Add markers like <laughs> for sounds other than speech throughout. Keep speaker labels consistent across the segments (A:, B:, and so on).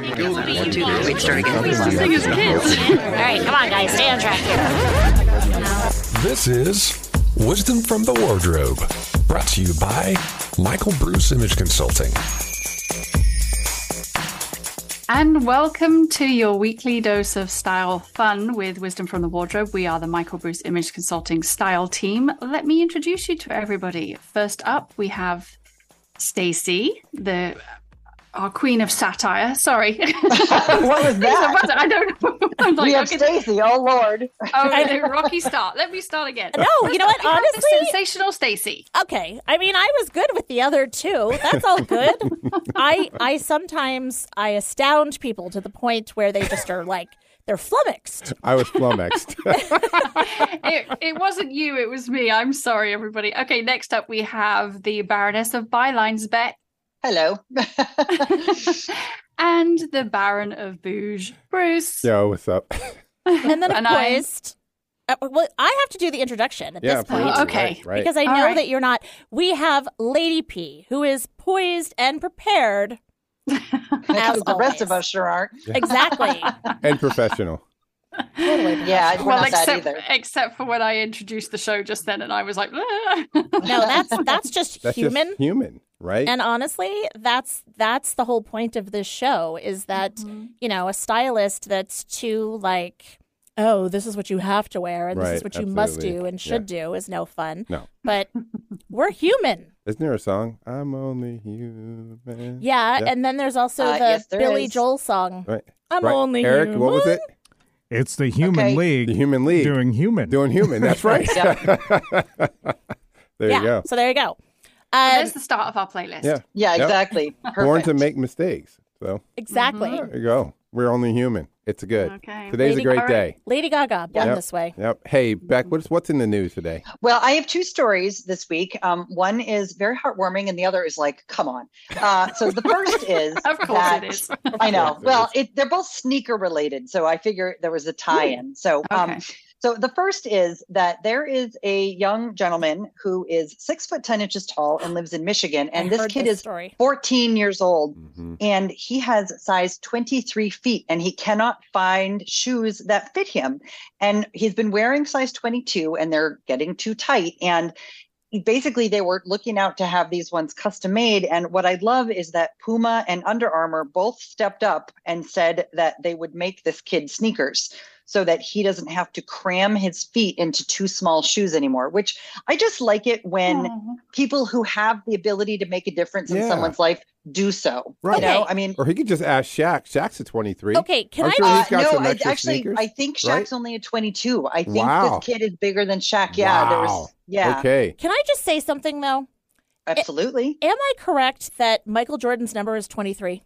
A: One, two, three. Wait, start again.
B: All right, come on, guys, stay on track here.
C: This is Wisdom from the Wardrobe, brought to you by Michael Bruce Image Consulting.
D: And welcome to your weekly dose of style fun with Wisdom from the Wardrobe. We are the Michael Bruce Image Consulting style team. Let me introduce you to everybody. First up, we have Stacy, the our queen of satire. Sorry. <laughs>
E: what was that?
D: I don't know. <laughs> I'm like,
E: we have
D: okay,
E: Stacy. Oh Lord.
D: oh,
E: <laughs>
D: no, Rocky start. Let me start again.
B: No, you know what?
D: We have the
B: Honestly,
D: sensational Stacy.
B: okay. I mean, I was good with the other two. That's all good. I I sometimes I astound people to the point where they just are like they're flummoxed.
F: I was flummoxed.
D: it, it wasn't you, it was me. I'm sorry, everybody. Okay, next up we have the Baroness of Bylines Beck
E: Hello. <laughs>
D: and the Baron of Bouge, Bruce.
F: Yo, what's up?
B: And then of
D: And I-
B: course, uh, well, I have to do the introduction at
F: Yeah,
B: this point.
F: please.
D: okay.
F: Right, right.
B: Because I
D: All
B: know
D: right.
B: that you're not. We have Lady P, who is poised and prepared.
E: Because the rest
B: always.
E: of us sure aren't.
F: <laughs>
B: Exactly.
F: and professional.
D: <laughs>
B: totally.
E: Yeah, we're
D: Well,
E: not that
D: except
E: either.
D: except for when I introduced the show just then, and I was like, "Ah."
B: No, that's that's just
F: That's
B: human.
F: just human, right?
B: And honestly, that's that's the whole point of this show is
D: <laughs>
B: that
F: Mm-hmm.
B: you know a stylist that's too like oh this is what you have to wear and this is
F: Right,
B: what you must
F: absolutely.
B: do and should do is no fun.
F: No. Mm-hmm.
B: but we're human.
F: Isn't there a song? I'm only human.
B: Yeah,
F: Yeah.
B: and then there's also
E: Uh,
B: the
E: yes, there
B: Billy
E: is.
B: Joel song.
F: Right.
B: I'm
F: right.
B: only
F: Eric,
B: human.
F: what was it?
G: It's the Human
E: Okay.
G: League
F: The Human League.
G: doing
F: <laughs>
G: human.
F: Doing
B: <laughs>
F: human. That's right. <laughs> there
B: yeah.
F: you go.
B: So there you go.
E: Oh,
D: There's
B: Um,
D: the start of our playlist.
F: Yeah.
E: Yeah,
F: Yep.
E: exactly.
F: Born to
E: Perfect.
F: make mistakes. So
B: <laughs> exactly.
E: Mm-hmm.
F: there you go. We're only human. It's good.
D: Okay.
F: Today's
B: Lady-
F: a great
D: all right.
F: day.
B: Lady Gaga, born
F: Yep.
B: this way.
F: Yep. Hey, Beck, what's what's in the news today?
B: Oh.
E: Well, I have two stories this week. Um, one is very heartwarming, and the other is like, come on. Uh, so the first is
D: <laughs> Of course
E: that-
D: it is.
E: I know.
F: course it
E: Well,
F: is.
E: it, they're both sneaker related, so I figure there was a tie-in. So, um,
D: Okay.
E: So the first is that there is a young gentleman who is six foot ten inches tall and lives in Michigan, and
B: I
E: this
B: heard
E: kid is
B: story.
E: 14 years old,
F: Mm-hmm.
E: and he has size 23 feet, and he cannot find shoes that fit him, and he's been wearing size 22, and they're getting too tight, and basically they were looking out to have these ones custom made and what i love is that puma and under armor both stepped up and said that they would make this kid sneakers so that he doesn't have to cram his feet into too small shoes anymore which i just like it when people who have the ability to make a difference in
F: Yeah.
E: someone's life do so
F: Right.
E: you know
B: Okay.
E: i mean uh,
F: Or he could just ask Shaq. Shaq's a 23.
B: Okay, can
F: I'm
B: I
F: sure
B: just
F: he's got
E: no,
F: some
E: I,
F: extra
E: actually,
F: sneakers,
E: I think Shaq's
F: right?
E: only at 22. I think
F: Wow.
E: this kid is bigger than Shaq. Yeah, there
F: Wow.
E: was, yeah,
F: Okay.
B: can I just say something though?
E: absolutely.
B: Am I correct that Michael Jordan's number is 23?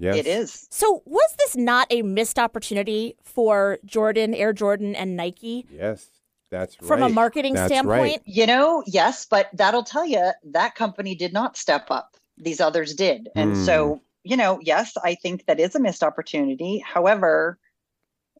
F: Yes.
E: It is.
B: So was this not a missed opportunity for Jordan, Air Jordan, and Nike
F: Yes. That's right.
B: from a marketing
F: That's
B: standpoint?
F: right.
E: You know, yes, but that'll tell you that company did not step up. These others did. And
F: Hmm.
E: so, you know, yes, I think that is a missed opportunity. However,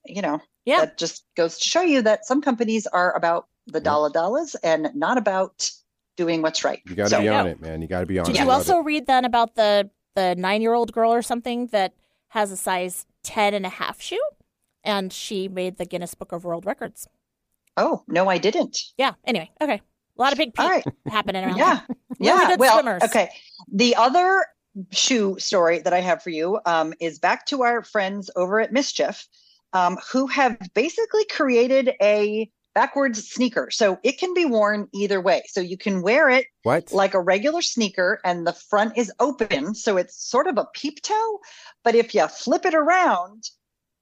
E: you know,
B: Yeah.
E: that just goes to show you that some companies are about the
F: Yeah.
E: dollar dollars and not about doing what's right.
F: You got to
E: So-
F: be on
B: Yeah.
F: it, man. You got to be on
B: Did
F: it. I
B: you
F: love
B: also
F: it.
B: read then about the the nine year old girl or something that has a size 10 and a half shoe? And she made the Guinness Book of World Records.
E: Oh, no, I didn't.
B: Yeah. Anyway, okay. A lot of big
E: All
B: people
E: right.
B: happening around.
E: Yeah.
B: <laughs> Really
E: yeah.
B: good
E: well,
B: swimmers.
E: okay. The other shoe story that I have for you um, is back to our friends over at Mischief, um, who have basically created a backwards sneaker. So it can be worn either way. So you can wear it
F: What?
E: like a regular sneaker and the front is open. So it's sort of a peep toe. But if you flip it around,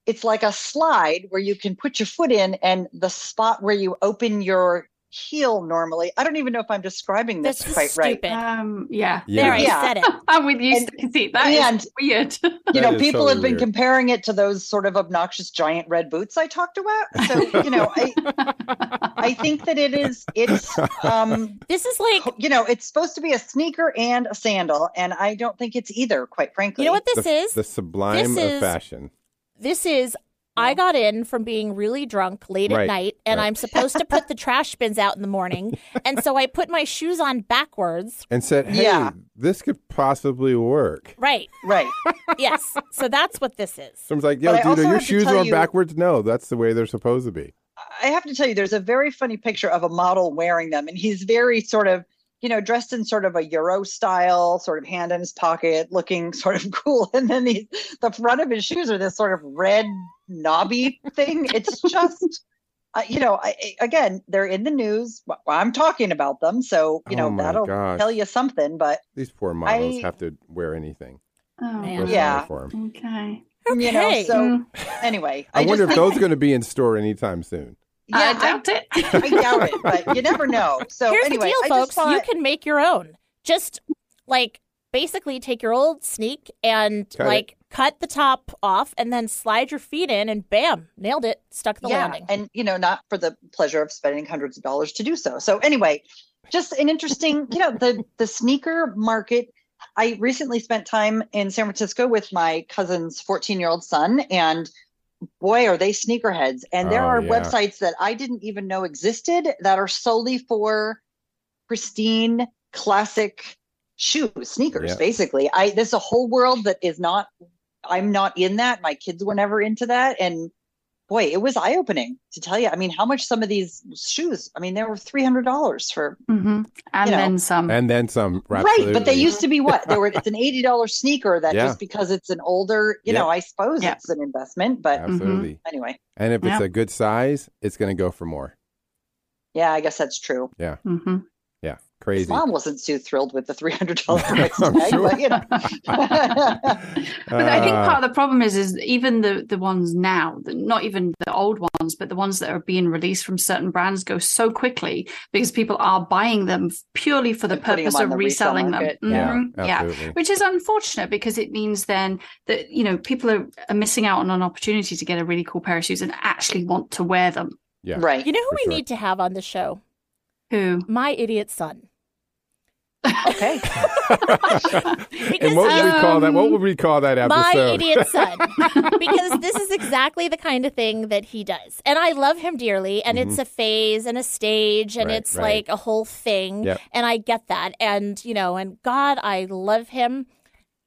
E: it's like a slide where you can put your foot in and the spot where you open your heel normally. I don't even know if I'm describing this
B: That's just
E: quite right. Uh,
B: stupid.
D: Um, yeah.
F: Yeah.
B: There, I
E: Yeah.
B: said it.
D: I'm with you,
E: And-
D: Stacy. That is
E: and-
D: weird. <laughs>
E: You
F: That
E: know,
F: is
E: people
F: totally
E: have been
F: weird.
E: comparing it to those sort of obnoxious giant red boots I talked about. So, you know, I I think that it is it's um
B: This is like,
E: you know, it's supposed to be a sneaker and a sandal, and I don't think it's either, quite frankly.
B: you know what this
F: the,
B: is?
F: the sublime
B: this
F: of
B: is-
F: fashion.
B: this is I got in from being really drunk late
F: Right,
B: at night, and
F: right.
B: I'm supposed to put the trash bins out in the
F: <laughs>
B: morning. and so I put my shoes on backwards.
F: and said, "Hey,
E: Yeah.
F: this could possibly work."
B: Right.
E: Right.
B: Yes. So that's what this is.
F: Someone's like, "Yo,
E: But I
F: dude,
E: also
F: are your
E: have to
F: shoes
E: tell
F: on
E: you-
F: backwards?" No, that's the way they're supposed to be.
E: I have to tell you, there's a very funny picture of a model wearing them, and he's very sort of, you know, dressed in sort of a Euro style, sort of hand in his pocket, looking <laughs> sort of cool. And then he's, the front of his shoes are this sort of red knobby thing. It's just, <laughs> uh, you know, I, I- again, they're in the news. Well, I'm talking about them, so you
F: Oh
E: know
F: my
E: that'll
F: gosh.
E: tell you something. But
F: These poor models
E: I-
F: have to wear anything.
D: Oh,
B: Man.
F: Feel sorry
E: Yeah.
F: for 'em.
D: Okay.
E: you know,
B: Okay. Mm.
E: so anyway,
F: I,
E: just
F: wonder if
E: think-
F: those are going to be in store anytime soon.
D: I
E: <laughs> Yeah,
B: <laughs>
E: I,
D: doubt
E: <laughs>
D: it.
E: I doubt it, but you never know. So
B: Here's
E: anyway,
B: the deal,
E: I just
B: folks. You
E: thought-
B: can make your own. Just like basically take your old sneak and
F: Cut it.
B: like cut the top off and then slide your feet in and bam, nailed it. Stuck the landing.
E: And you know, not for the pleasure of spending hundreds of dollars to do so. So anyway, just an interesting, you know, the the sneaker market. I recently spent time in San Francisco with my cousin's 14-year-old son and boy are they sneakerheads and there
F: Oh,
E: are
F: yeah.
E: websites that I didn't even know existed that are solely for pristine classic shoes, sneakers
F: Yeah.
E: basically. I there's a whole world that is not I'm not in that. My kids were never into that and boy, it was eye opening to tell you. I mean, how much some of these shoes? I mean, they were three hundred dollars for
D: hmm And
E: You know.
D: then some.
F: And then some.
E: right, but they
F: absolutely.
E: used to be what they were. It's an eighty dollars sneaker that
F: Yeah.
E: just because it's an older, you
F: Yep.
E: know, I suppose
D: Yep.
E: it's an investment, but
F: Absolutely.
E: anyway,
F: And if it's
D: Yeah.
F: a good size, it's going to go for more.
E: yeah, I guess that's true.
D: hmm
F: Yeah,
E: His
F: crazy. <laughs>
E: mom wasn't too thrilled with the three hundred dollars price
F: I'm
E: tag,
F: sure.
E: but you know, <laughs>
D: But I think
F: Uh,
D: part of the problem is, is even the the ones now, the- not even the old ones, but the ones that are being released from certain brands go so quickly because people are buying them purely for the
E: And putting them
D: purpose of
E: on the resale
D: reselling them.
E: market.
F: yeah,
D: Mhm.
F: absolutely.
D: Which is unfortunate because it means then that you know people are, are missing out on an opportunity to get a really cool pair of shoes and actually want to wear them.
F: Yeah.
E: right?
B: you know who
F: for
B: we
F: sure.
B: need to have on the show?
F: <laughs>
D: Who?
B: My idiot son.
E: Okay,
F: <laughs> and what would we call that? What
D: um,
F: would we call that episode?
B: My idiot son. because this is exactly the kind of thing that he does. And I love him dearly. And it's a phase and a stage and
F: Mm-hmm. Right,
B: it's
F: right.
B: like a whole thing.
F: Yep.
B: And I get that. And, you know, and God, I love him,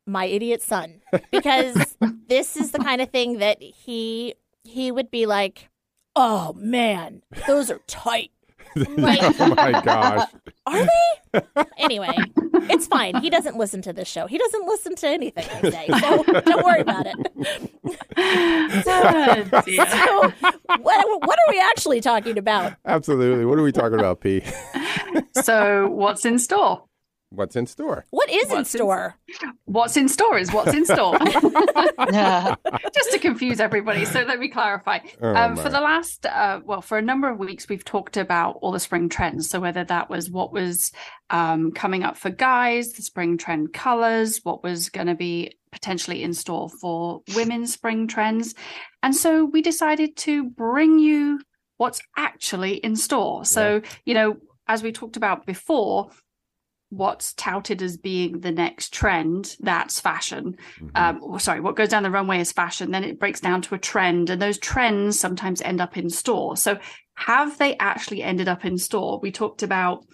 B: my idiot son.
F: <laughs>
B: Because this is the kind of thing that he he would be like, Oh man, those are tight. Like,
F: <laughs> oh my gosh.
B: are they? anyway, it's fine. He doesn't listen to this show. He doesn't listen to anything I say. So don't worry about it.
F: <laughs>
D: Oh, dear.
B: So what, what are we actually talking about?
F: Absolutely. What are we talking about, P?
D: so what's in store?
F: What's in store?
B: What is
D: What's
B: in
D: in-
B: store?
D: What's in store is what's in store. <laughs>
E: <laughs> yeah,
D: just to confuse everybody. So let me clarify.
F: Oh,
D: um,
F: my.
D: for the last, uh, well, for a number of weeks, we've talked about all the spring trends. So whether that was what was um, coming up for guys, the spring trend colors, what was going to be potentially in store for women's spring trends. And so we decided to bring you what's actually in store. So, you know, as we talked about before, what's touted as being the next trend that's fashion
F: Mm-hmm.
D: um, or sorry, what goes down the runway is fashion, then it breaks down to a trend, and those trends sometimes end up in store. So, have they actually ended up in store? We talked about,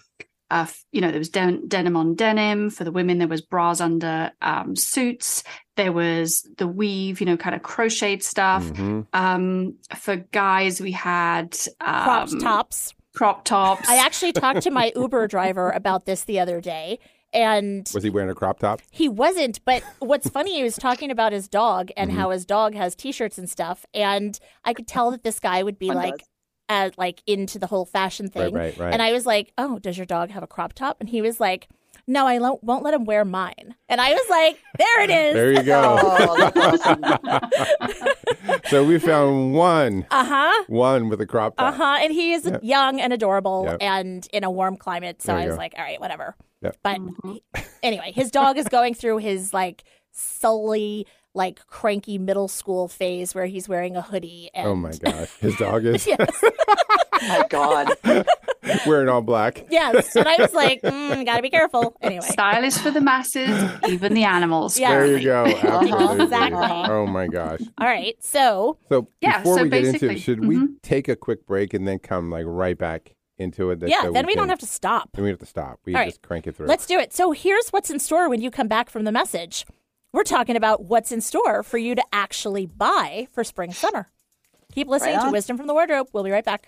D: uh, f- you know, there was den- denim on denim for the women, there was bras under um, suits, there was the weave, you know, kind of crocheted stuff.
F: Mhm.
D: Um, for guys, we had um,
B: Cropped tops.
D: crop tops.
B: I actually <laughs> talked to
F: <laughs>
B: my Uber driver about this the other day, and
F: Was he wearing a crop top?
B: he wasn't. But what's funny, he was talking about his dog and
F: Mm-hmm.
B: how his dog has T-shirts and stuff, and I could tell that this guy would be
E: One
B: like,
E: does.
B: uh, like into the whole fashion thing.
F: right, right.
B: And I was like, "Oh, does your dog have a crop top?" And he was like. No, I lo- won't let him wear mine. And I was like, there it is.
F: <laughs> There you go.
E: oh, that's awesome.
F: <laughs> so we found one,
B: Uh huh.
F: one with a crop
B: Uh
F: top.
B: huh. And he is young and adorable
F: Yep.
B: and in a warm climate. So
F: There you
B: I was
F: go.
B: like, all right, whatever.
F: Yep.
B: But
E: Mm-hmm.
B: he- anyway, his dog is going through his like sully, like cranky middle school phase where he's wearing a hoodie. And <laughs>
F: Oh my gosh. His dog is.
B: Yes.
E: my god.
F: wearing all black.
B: Yes. And I was
F: <laughs>
B: like, mm, gotta be careful. Anyway.
D: Style is for the masses, even the animals.
B: Yeah.
F: There you go. Absolutely.
B: Exactly.
F: Oh my gosh.
B: All right. So
F: So
D: Yeah,
F: before
D: so
F: we get into
D: basically- mm-hmm.
F: it, should we take a quick break and then come like right back into it? That-
B: yeah,
F: that
B: then we
F: can-
B: don't have to stop.
F: Then we have to stop. We
B: All right.
F: just crank it through.
B: Let's do it. So here's what's in store when you come back from the message. We're talking about what's in store for you to actually buy for spring summer. Keep listening
E: Right
B: to
E: on.
B: Wisdom from the Wardrobe. We'll be right back.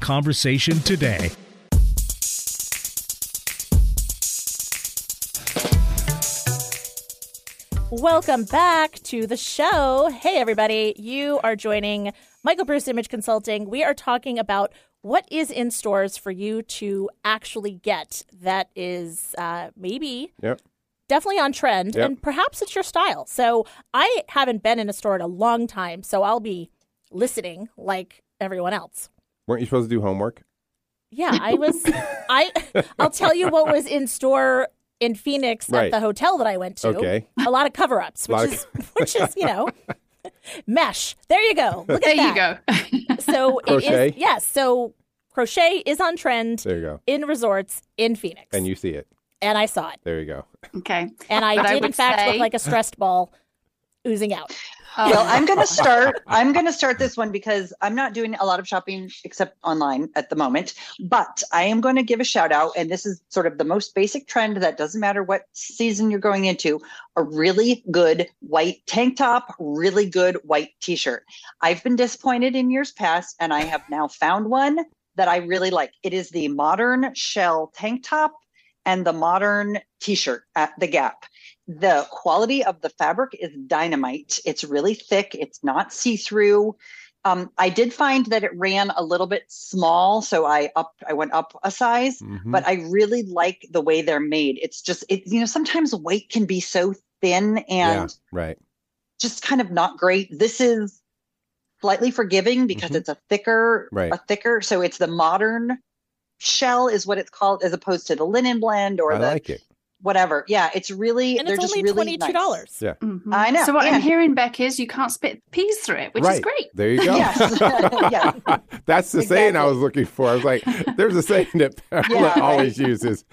G: conversation today.
B: Welcome back to the show. Hey, everybody. You are joining Michael Bruce Image Consulting. We are talking about what is in stores for you to actually get that is uh, maybe
F: Yep.
B: definitely on trend
F: Yep.
B: and perhaps it's your style. So I haven't been in a store in a long time, so I'll be listening like everyone else.
F: Weren't you supposed to do homework?
B: Yeah, I was I I'll tell you what was in store in Phoenix
F: Right.
B: at the hotel that I went to.
F: Okay.
B: A lot of cover-ups, which
F: Lot of
B: is which is, you know, <laughs> mesh. There you go. Look
D: There
B: at
D: you
B: that.
D: go. <laughs>
B: So it
F: Crochet?
B: is yes, so crochet is on trend
F: There you go.
B: in resorts in Phoenix.
F: And you see it.
B: and I saw it.
F: There you go.
D: okay.
B: And I
D: But I
B: did in
D: would
B: fact look
D: say-
B: like a stressed ball oozing out.
D: Oh,
E: <laughs> Well, I'm going to start. I'm going to start this one because I'm not doing a lot of shopping except online at the moment. But I am going to give a shout out, and this is sort of the most basic trend that doesn't matter what season you're going into a really good white tank top, really good white t shirt. I've been disappointed in years past, and I have now found one that I really like. It is the modern shell tank top and the modern t shirt at the Gap the quality of the fabric is dynamite. It's really thick. It's not see through. Um, I did find that it ran a little bit small, so I up I went up a size.
F: Mhm.
E: But I really like the way they're made. It's just it you know sometimes weight can be so thin and
F: yeah. Right.
E: just kind of not great. This is slightly forgiving because
F: Mhm.
E: it's a thicker,
F: Right.
E: a thicker. So it's the modern shell is what it's called, as opposed to the linen blend or
F: I
E: the
F: like it.
E: whatever. Yeah, it's really
B: And
E: they're
B: it's
E: just
B: only
E: really nice.
B: $22.
D: Mhm.
E: I know,
D: So what I'm
E: and-
D: hearing, Beck, is you can't spit peas through it, which is
F: Right.
D: great.
F: There you go.
E: Yes. <laughs> Yeah.
F: <laughs> That's the saying I
E: Exactly.
F: was looking for. I was like, there's a saying that Pamela
E: Yeah, right.
F: <laughs> always uses.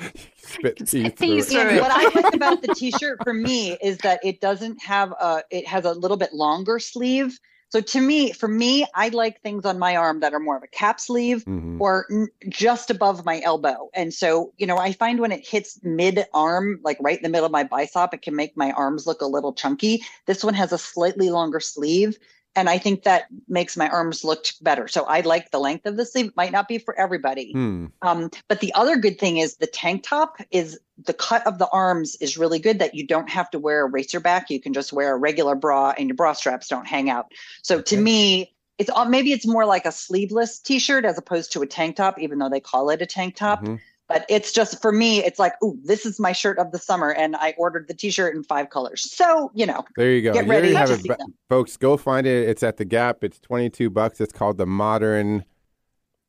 F: Spit
D: Spit
F: teeth through
D: these
F: it.
D: through
E: And
D: it.
E: what I like about the t-shirt for me is that it doesn't have a it has a little bit longer sleeve. So to me, for me, I like things on my arm that are more of a cap sleeve
F: Mhm.
E: or n- just above my elbow. And so, you know, I find when it hits mid arm, like right in the middle of my bicep, it can make my arms look a little chunky. This one has a slightly longer sleeve. And I think that makes my arms look better. So I like the length of the sleeve. It might not be for everybody.
F: Hmm.
E: Um, but the other good thing is the tank top is the cut of the arms is really good that you don't have to wear a racer back. You can just wear a regular bra and your bra straps don't hang out. So to
F: Okay.
E: me, it's all, maybe it's more like a sleeveless t-shirt as opposed to a tank top, even though they call it a tank top.
F: Mhm.
E: But it's just for me, it's like, oh, this is my shirt of the summer, and I ordered the t-shirt in five colors. So you know,
F: There you go.
E: Get
F: You already
E: ready
F: have
E: to
F: it,
E: see
F: but-
E: them.
F: folks. Go find it. It's at the Gap. It's twenty two bucks. It's called the modern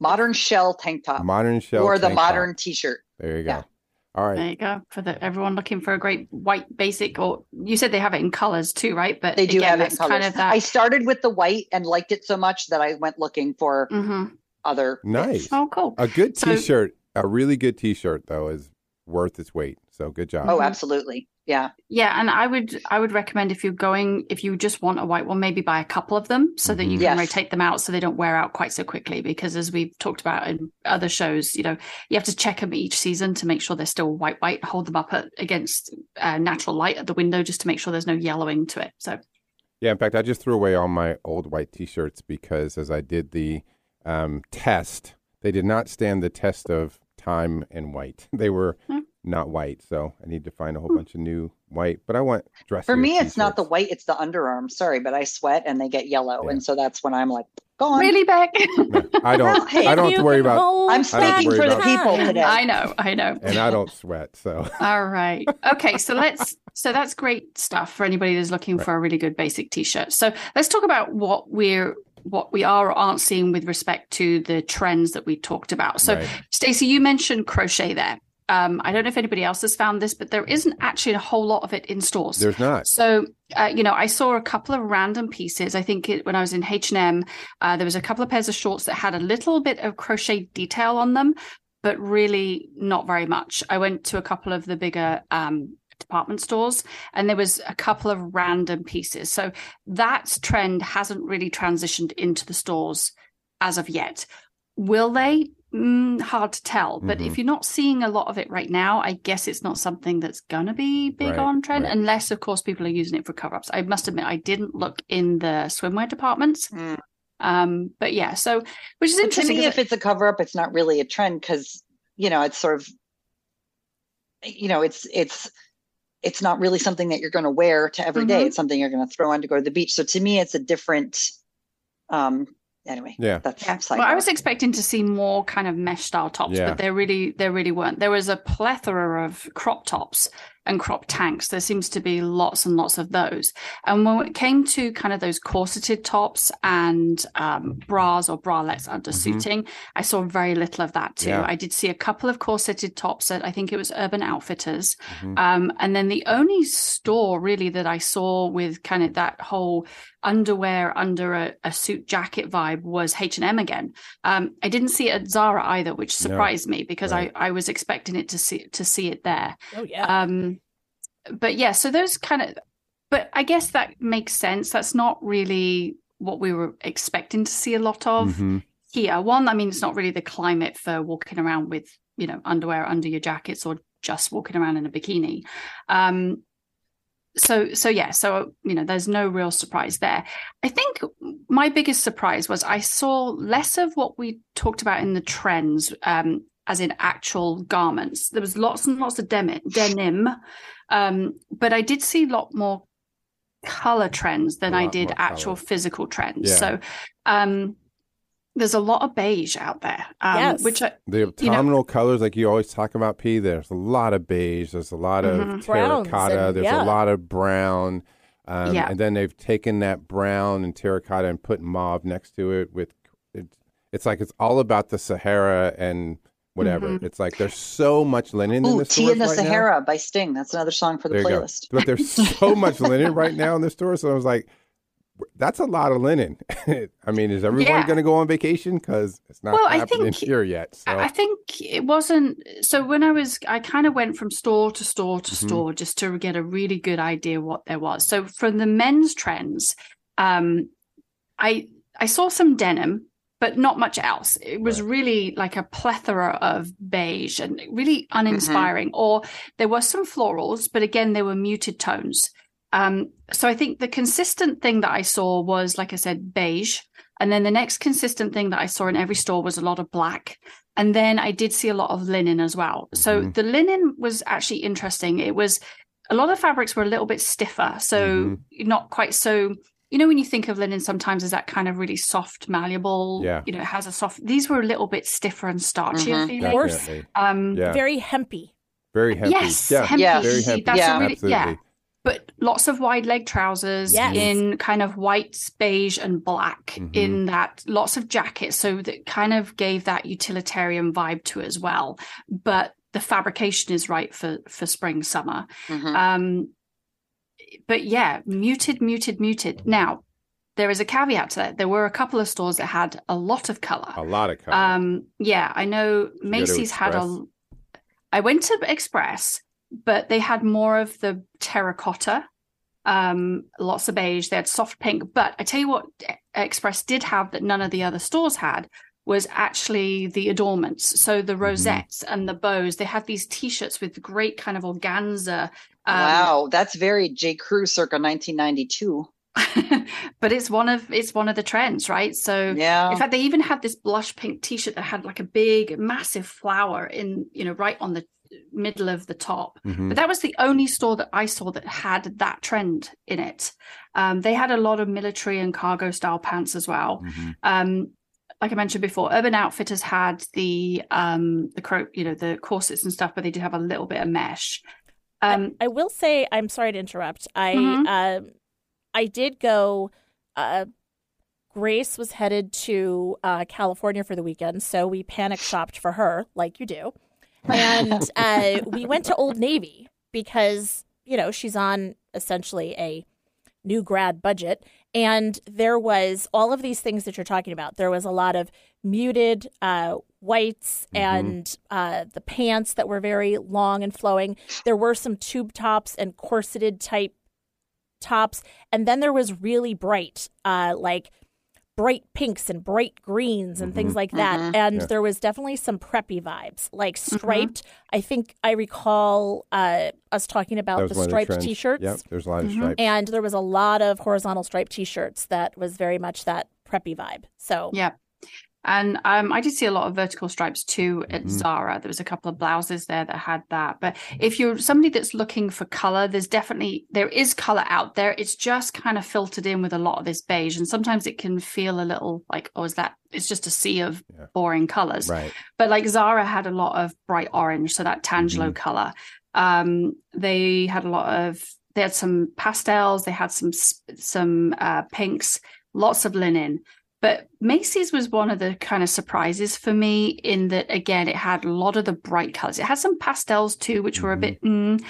E: modern shell tank top
F: modern shell
E: or Uh, the
F: tank top.
E: modern t-shirt.
F: There you go.
E: yeah.
F: All right.
D: There you go. For the everyone looking for a great white basic, or you said they have it in colors too, right? But
E: They do
D: again,
E: have it
D: that's
E: in colors.
D: kind of that.
E: I started with the white and liked it so much that I went looking for
D: Mhm.
E: other.
F: Nice.
D: Oh, cool.
F: A good
D: So-
F: T-shirt, a really good T-shirt though, is worth its weight. So good job.
E: Oh,
D: Mhm.
E: absolutely. Yeah.
D: Yeah, and I would I would recommend if you're going if you just want a white one, maybe buy a couple of them so that you
E: Mhm.
D: can
E: Yes.
D: rotate them out so they don't wear out quite so quickly. Because as we've talked about in other shows, you know, you have to check them each season to make sure they're still white, white. Hold them up at, against uh, natural light at the window just to make sure there's no yellowing to it. So
F: Yeah, in fact, I just threw away all my old white T-shirts because as I did the um, test, they did not stand the test of time and white. <laughs> They were
D: Hmm.
F: not white, so I need to find a whole bunch of new white. But I want dress.
E: Hmm. For me, it's not the
F: <laughs>
E: white, it's the underarm. Sorry, but I sweat and they get yellow.
F: Yeah.
E: And so that's when I'm like, gone.
D: Really, Beck?
F: I
E: <laughs>
F: don't.
E: Hey,
F: I don't
B: You
F: have to worry
B: can
F: about,
B: hold
E: I'm
F: I don't
E: speaking
F: worry
E: for the
F: about-
E: people today.
D: I know, I know.
F: and I don't sweat.
E: <laughs>
F: So
D: All right. Okay. So let's, so that's great stuff for anybody that's looking for a really good basic t shirt. So let's talk about what we're, what we are or aren't seeing with respect to the trends that we talked about. So,
F: Right.
D: Stacey, you mentioned crochet there. Um, I don't know if anybody else has found this, but there isn't actually a whole lot of it in stores.
E: <laughs>
F: there's not.
D: So, uh, you know, I saw a couple of random pieces. I think it, when I was in H and M, uh, there was a couple of pairs of shorts that had a little bit of crochet detail on them, but really not very much. I went to a couple of the bigger um, department stores, and there was a couple of random pieces. So that trend hasn't really transitioned into the stores as of yet. Will they? Mm, hard to tell. But
F: Mhm.
D: if you're not seeing a lot of it right now, I guess it's not something that's gonna be big
F: Right,
D: on trend,
F: right.
D: unless of course people are using it for cover ups. I must admit I didn't look in the swimwear departments.
E: Mm.
D: Um, but yeah, so which is
E: But to
D: interesting.
E: me,
D: 'cause
E: if it's a cover up, it's not really a trend because, you know, it's sort of, you know, it's, it's, it's not really something that you're going to wear to every day.
D: Mhm.
E: It's something you're going to throw on to go to the beach. So to me, it's a different, um, anyway,
F: Yeah.
E: that's
D: Yeah.
E: sidebar.
D: Well, I was expecting to see more kind of mesh style tops,
F: Yeah.
D: but there really there really weren't. There was a plethora of crop tops and crop tanks. There seems to be lots and lots of those. And when it came to kind of those corseted tops and um, bras or bralettes under
F: Mhm.
D: suiting, I saw very little of that too.
F: Yeah.
D: I did see a couple of corseted tops at I think it was Urban Outfitters,
F: Mhm.
D: um, and then the only store really that I saw with kind of that whole underwear under a, a suit jacket vibe was H and M again. Um, I didn't see it at Zara either, which
F: No.
D: surprised me because
F: Right.
D: I, I was expecting it to see to see it there.
B: Oh yeah.
D: Um, but yeah, so those kind of, but I guess that makes sense. That's not really what we were expecting to see a lot of
F: Mhm.
D: here. One, I mean, it's not really the climate for walking around with, you know, underwear under your jackets or just walking around in a bikini. Um, so, so yeah, so, you know, there's no real surprise there. I think my biggest surprise was I saw less of what we talked about in the trends, um, as in actual garments. There was lots and lots of demi- denim, um, but I did see a lot more color trends than
F: A
D: I
F: lot
D: did
F: more
D: actual
F: colour.
D: physical trends.
F: Yeah.
D: So, um, there's a lot of beige out there, um,
B: Yes.
D: which I,
F: The abdominal colors, like you always talk about, P. There's a lot of beige. There's a lot of
B: Browns
D: Mhm.
F: terracotta.
B: and-
F: there's
B: yeah.
F: a lot of brown. Um,
D: Yeah.
F: And then they've taken that brown and terracotta and put mauve next to it. With it, it's like it's all about the Sahara and whatever.
D: Mhm.
F: It's like there's so much linen in
E: Ooh,
F: the
E: Tea in the
F: stores right now.
E: Sahara by Sting. That's another song for the
F: There you go.
E: playlist. <laughs>
F: But there's so much linen right now in the store. So I was like, that's a lot of linen. <laughs> I mean, is everyone
D: Yeah.
F: going to go on vacation? Because it's not
D: Well, I
F: happening
D: think-
F: here yet. So.
D: I I think it wasn't. So when I was, I kind of went from store to store to
F: Mhm.
D: store just to get a really good idea what there was. So from the men's trends, um, I I saw some denim, but not much else. It was really like a plethora of beige and really uninspiring. Or there were some florals, but again they were muted tones. Um, so I think the consistent thing that I saw was, like I said, beige. And then the next consistent thing that I saw in every store was a lot of black. And then I did see a lot of linen as well. So
F: Mhm.
D: the linen was actually interesting. It was a lot of fabrics were a little bit stiffer. So
F: Mm-hmm.
D: not quite so, you know, when you think of linen sometimes as that kind of really soft, malleable,
F: Yeah.
D: you know, it has a soft, these were a little bit stiffer and starchier
E: Mhm.
D: feeling.
B: Worse.
F: Definitely.
D: Um,
F: Yeah.
B: Very hempy.
F: Very hempy.
D: Yes,
F: Yeah.
D: hempy.
E: Yeah.
F: Very hempy.
D: That's
E: Yeah.
D: a really,
F: Absolutely.
D: yeah but lots of wide leg trousers
B: Yes.
D: in kind of whites, beige, and black.
F: Mhm.
D: In that, lots of jackets, so that kind of gave that utilitarian vibe to it as well. But the fabrication is right for for spring summer.
E: Mhm.
D: Um, but yeah, muted, muted, muted. Now there is a caveat to that. There were a couple of stores that had a lot of color.
F: A lot of color.
D: Um, yeah, I know
F: you go to
D: Macy's had a.
F: Express?
D: I went to Express, but they had more of the terracotta, um, lots of beige. They had soft pink, but I tell you what, E- Express did have that none of the other stores had was actually the adornments. So
F: Mm-hmm.
D: the rosettes and the bows. They had these T-shirts with great kind of organza. Um,
E: wow, that's very J. Crew circa 1992.
D: <laughs> but it's one of it's one of the trends, right? So
E: Yeah.
D: In fact, they even had this blush pink T-shirt that had like a big, massive flower in, you know, right on the middle of the top.
F: Mm-hmm. Hmm.
D: But that was the only store that I saw that had that trend in it. Um, they had a lot of military and cargo style pants as well.
F: Mm-hmm.
D: Um, like I mentioned before, Urban Outfitters had the um, the cro- you know the corsets and stuff, but they did have a little bit of mesh. Um,
B: I will say, I'm sorry to interrupt. I
D: Mhm.
B: um, I did go. Uh, Grace was headed to uh, California for the weekend, so we panic shopped for her, like you do, and uh, we went to Old Navy because you know she's on essentially a new grad budget, and there was all of these things that you're talking about. There was a lot of muted uh, whites
F: Mhm.
B: and uh, the pants that were very long and flowing. There were some tube tops and corseted type tops, and then there was really bright, uh, like bright pinks and bright greens and things like that.
E: Mhm.
B: And
F: Mm-hmm. Yeah.
B: there was definitely some preppy vibes, like striped. I think I recall uh, us talking
F: That
B: about
F: was
B: the
F: one of
B: striped
F: trends.
B: t-shirts.
F: Yep, there's a lot of
D: Mhm.
F: stripes.
B: And there was a lot of horizontal striped t-shirts that was very much that preppy vibe. So
D: Yeah. And um, I did see a lot of vertical stripes too at
F: Mhm.
D: Zara. There was a couple of blouses there that had that. But if you're somebody that's looking for color, there's definitely there is color out there. It's just kind of filtered in with a lot of this beige, and sometimes it can feel a little like, oh, is that? It's just a sea of
F: Yeah.
D: boring colors.
F: Right.
D: But like Zara had a lot of bright orange, so that Tangelo color. Um, they had a lot of they had some pastels, they had some s- some uh, pinks, lots of linen. But Macy's was one of the kind of surprises for me in that again it had a lot of the bright colors. It had some pastels too, which were a
F: Mhm.
D: bit. Mm,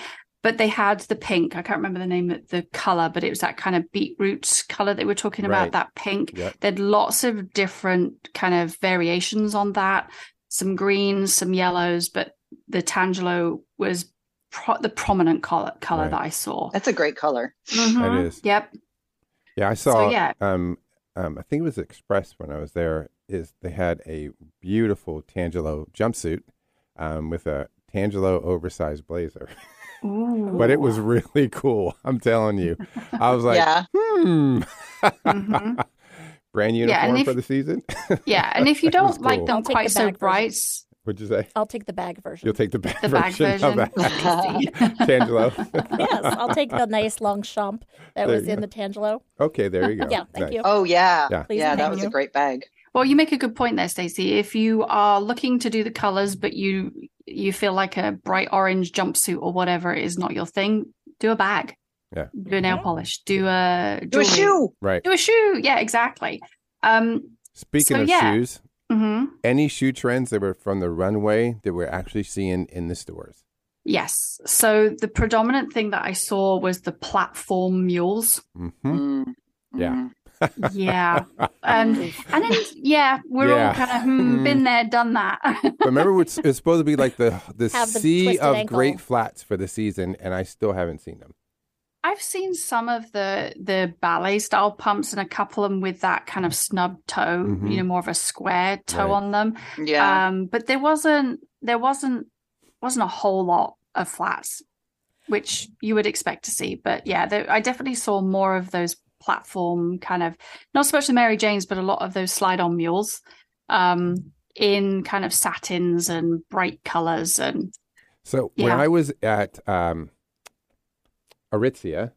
D: but they had the pink. I can't remember the name of the color, but it was that kind of beetroot color that we were talking
F: Right.
D: about, that pink.
F: Yep.
D: They had lots of different kind of variations on that, some greens, some yellows, but the Tangelo was pro- the prominent color, color
F: Right.
D: that I saw.
E: That's a great color.
D: Mhm.
F: is.
D: Yep.
F: Yeah, I saw.
D: yeah.
F: Um, um, I think it was Express when I was there. Is they had a beautiful Tangelo jumpsuit, um, with a Tangelo oversized blazer, <laughs> but it was really cool. I'm telling you, I was like,
E: yeah.
F: hmm,
D: Mhm.
F: <laughs> brand
D: and
F: uniform
D: if-
F: for the season.
D: Yeah. And if you
F: That was
D: don't like
F: cool.
D: them
B: I'll take
D: quite
B: the
D: so
B: bag version.
D: bright,
F: <laughs> What'd you say?
B: I'll take the bag version.
F: You'll take the back
D: the bag
F: version,
D: version.
B: <laughs>
F: of that,
D: Christy.
F: <laughs> Tangelo.
B: yes, I'll take
F: <laughs>
B: the nice long chomp that
F: There
B: was
F: you
B: in the Tangelo.
F: okay, there you go.
B: Yeah, thank
F: Nice.
B: you.
E: Oh yeah.
F: Yeah.
E: Yeah,
B: Please and
E: that
B: thank
E: was
B: you.
E: a great bag.
D: Well, you make a good point there, Stacey. If you are looking to do the colors, but you you feel like a bright orange jumpsuit or whatever is not your thing, do a bag.
F: Yeah.
D: Do a nail polish. Do a
E: Do
D: jewelry.
E: a shoe.
F: Right.
D: Do a shoe. Yeah, exactly. Um.
F: Speaking
D: So,
F: of
D: yeah.
F: shoes,
D: hmm
F: any shoe trends that were from the runway that we're actually seeing in the stores?
D: Yes. So the predominant thing that I saw was the platform mules.
F: hmm
E: Mm.
F: Yeah.
E: Mm.
F: <laughs>
D: Yeah. and and then yeah, we're
F: Yeah. Mm.
D: all kind of hmm, been there, done
F: <laughs>
D: that.
F: But remember, it's, it's supposed to be like the the
B: <laughs> Have the
F: sea
B: twisted
F: of
B: ankle.
F: great flats for the season, and I still haven't seen them.
D: I've seen some of the the ballet style pumps and a couple of them with that kind of snub toe,
F: Mhm.
D: you know, more of a square toe
F: Right.
D: on them.
E: Yeah.
D: Um, but there wasn't there wasn't wasn't a whole lot of flats, which you would expect to see. But yeah, there, I definitely saw more of those platform kind of not so much the Mary Janes, but a lot of those slide on mules um, in kind of satins and bright colors and
F: So when
D: Yeah.
F: I was at um, Aritzia,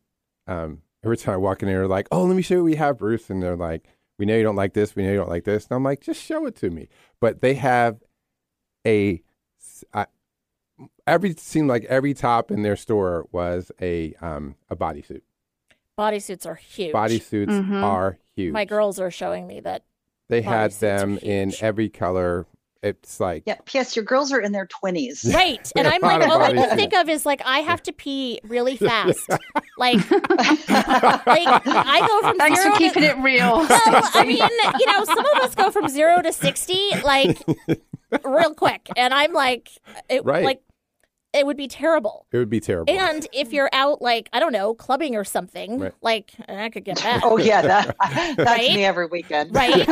F: um, every time I walk in there, they're like, "Oh, let me show you what we have, Bruce," and they're like, "We know you don't like this. We know you don't like this," and I'm like, "Just show it to me." But they have a s- I- every seemed like every top in their store was a um, a bodysuit.
B: Bodysuits are huge. Mm-hmm.
F: Bodysuits
D: Mhm.
F: are huge.
B: My girls are showing me that.
F: They had
B: bodysuits are
F: them in
B: huge.
F: every color. It's like
E: yeah. P.S. Your girls are in their twenties.
B: Right. And
F: Yeah,
B: I'm like,
F: body-
B: all I
F: bodysuit.
B: can think of is like, I have to pee
F: <laughs>
B: really fast. Like, like I go from
D: thanks
B: zero
D: for keeping
B: to,
D: it real.
B: <laughs> Well, I
D: Stacey.
B: mean, you know, some of us go from zero to sixty like real quick, and I'm like, it,
F: Right.
B: like it would be terrible.
F: it would be terrible.
B: And if you're out, like I don't know, clubbing or something,
F: Right.
B: like I could
F: <laughs>
B: get that.
E: Oh yeah, that that's
B: Right?
E: me every weekend.
B: Right,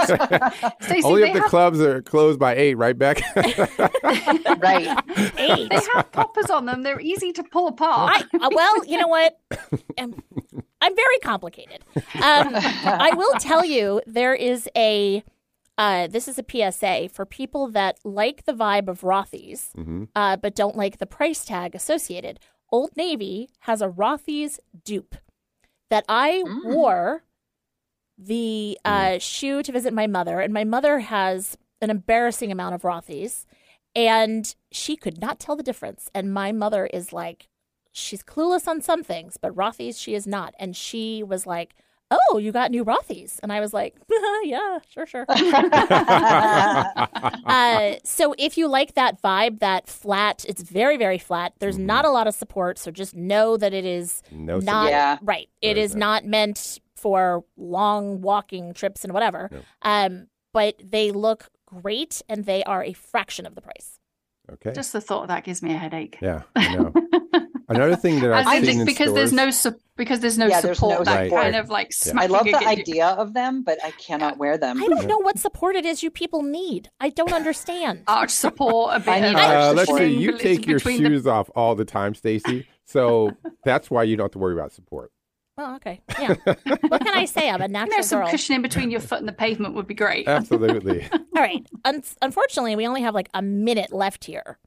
D: Stacey,
F: Only
D: they
F: if the
D: have-
F: clubs are closed by eight, right, Beck?
E: <laughs>
F: <laughs>
E: Right.
B: eight.
D: They have poppers on them. They're easy to pull apart.
B: I, uh, well, you know what? Um, I'm very complicated. Um, I will tell you, there is a Uh, this is a PSA for people that like the vibe of Rothy's,
F: Mm-hmm.
B: uh, but don't like the price tag associated. Old Navy has a Rothy's dupe that I wore the uh, shoe to visit my mother, and my mother has an embarrassing amount of Rothy's, and she could not tell the difference. And my mother is like, she's clueless on some things, but Rothy's she is not. And she was like, "Oh, you got new Rothy's," and I was like, <laughs> "Yeah, sure, sure." uh, so if you like that vibe, that flat, it's very, very flat. There's not a lot of support, so just know that it is
F: Mm-hmm. <laughs> No
B: not
F: support.
E: Yeah.
B: right. It
F: There
B: is
F: is that.
B: not meant for long walking trips and whatever.
F: No.
B: Um, but they look great, and they are a fraction of the price.
F: Okay.
D: Just the thought of that gives me a headache. <laughs>
F: yeah. I know. Another thing that I've
D: I
F: seen
D: think
F: in
D: because there's
F: stores-
D: no su- because there's no
E: Yeah, there's
D: support
E: no
D: that
F: support.
D: kind of like
F: Yeah.
E: I love
D: smacking
E: the
D: against you.
E: idea of them, but I cannot wear them.
B: I don't know what support it is you people need. I don't understand.
D: arch support a bit.
E: know.
F: Uh,
E: Arch
F: let's
E: support.
F: see. You take your
D: between the-
F: shoes off all the time, Stacy. So that's why you don't have to worry about support.
B: Oh, okay. Yeah. what can I say? I'm a
D: you know,
B: natural
D: some
B: girl.
D: cushioning between your foot and the pavement would be great.
F: Uh, Absolutely. <laughs>
B: All right. Un- unfortunately, we only have like a minute left here.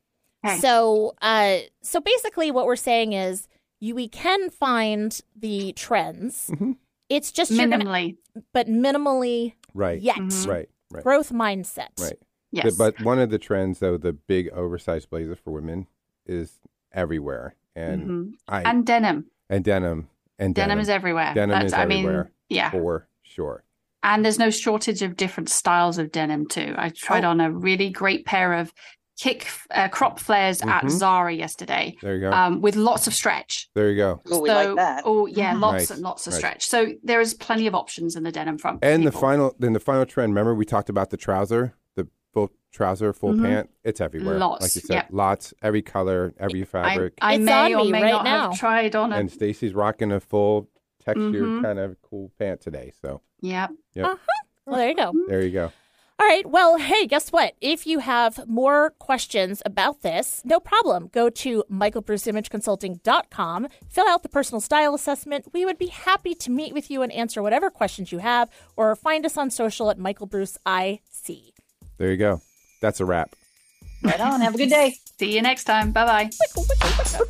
D: Okay.
B: So, uh, so basically, what we're saying is, you we can find the trends.
F: Mm-hmm.
B: It's just you're gonna-
D: Minimally,
B: but minimally
F: right.
B: yet
F: Right. Mm-hmm. Right.
B: growth mindset.
F: Right. The-
D: yes.
F: But one of the trends, though, the big oversized blazer for women is everywhere, and
D: Mhm.
F: I
D: and denim.
F: and denim and
D: denim, is everywhere.
F: Denim
D: That's,
F: is
D: I mean,
F: everywhere.
D: yeah.
F: for sure.
D: And there's no shortage of different styles of denim too. I
E: Oh.
D: tried on a really great pair of kick uh, crop flares
F: Mhm.
D: at Zara yesterday,
F: There you go.
D: um, with lots of stretch.
F: there you go.
E: Oh, we
D: so,
E: like that. Mm.
D: oh yeah, lots
F: Nice,
D: and lots of
F: nice.
D: stretch. So there is plenty of options in the denim front. for
F: And the
D: people.
F: final, then the final trend. Remember, we talked about the trouser, the full trouser, full
D: Mhm.
F: pant. It's everywhere. like
D: Lots,
F: you said,
D: yep.
F: lots, every color, every
D: I,
F: fabric.
D: I
B: It's
D: may
B: on
D: or
B: me
D: may
B: right
D: not
B: now.
D: have tried on a
F: and Stacy's rocking a full texture
D: Mhm.
F: kind of cool pant today. So
D: yeah.
B: Well, there you go.
F: there you go.
B: All right. Well, hey, guess what? If you have more questions about this, no problem. Go to michaelbruceimageconsulting.com, fill out the personal style assessment. We would be happy to meet with you and answer whatever questions you have, or find us on social at Michael Bruce IC.
F: There you go. That's a wrap.
E: Right on. Have a good day.
D: See you next time. Bye bye.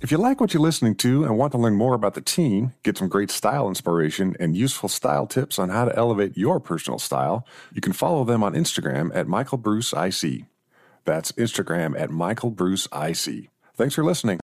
H: If you like what you're listening to and want to learn more about the team, get some great style inspiration and useful style tips on how to elevate your personal style, you can follow them on Instagram at Michael Bruce IC. That's Instagram at Michael Bruce IC. Thanks for listening.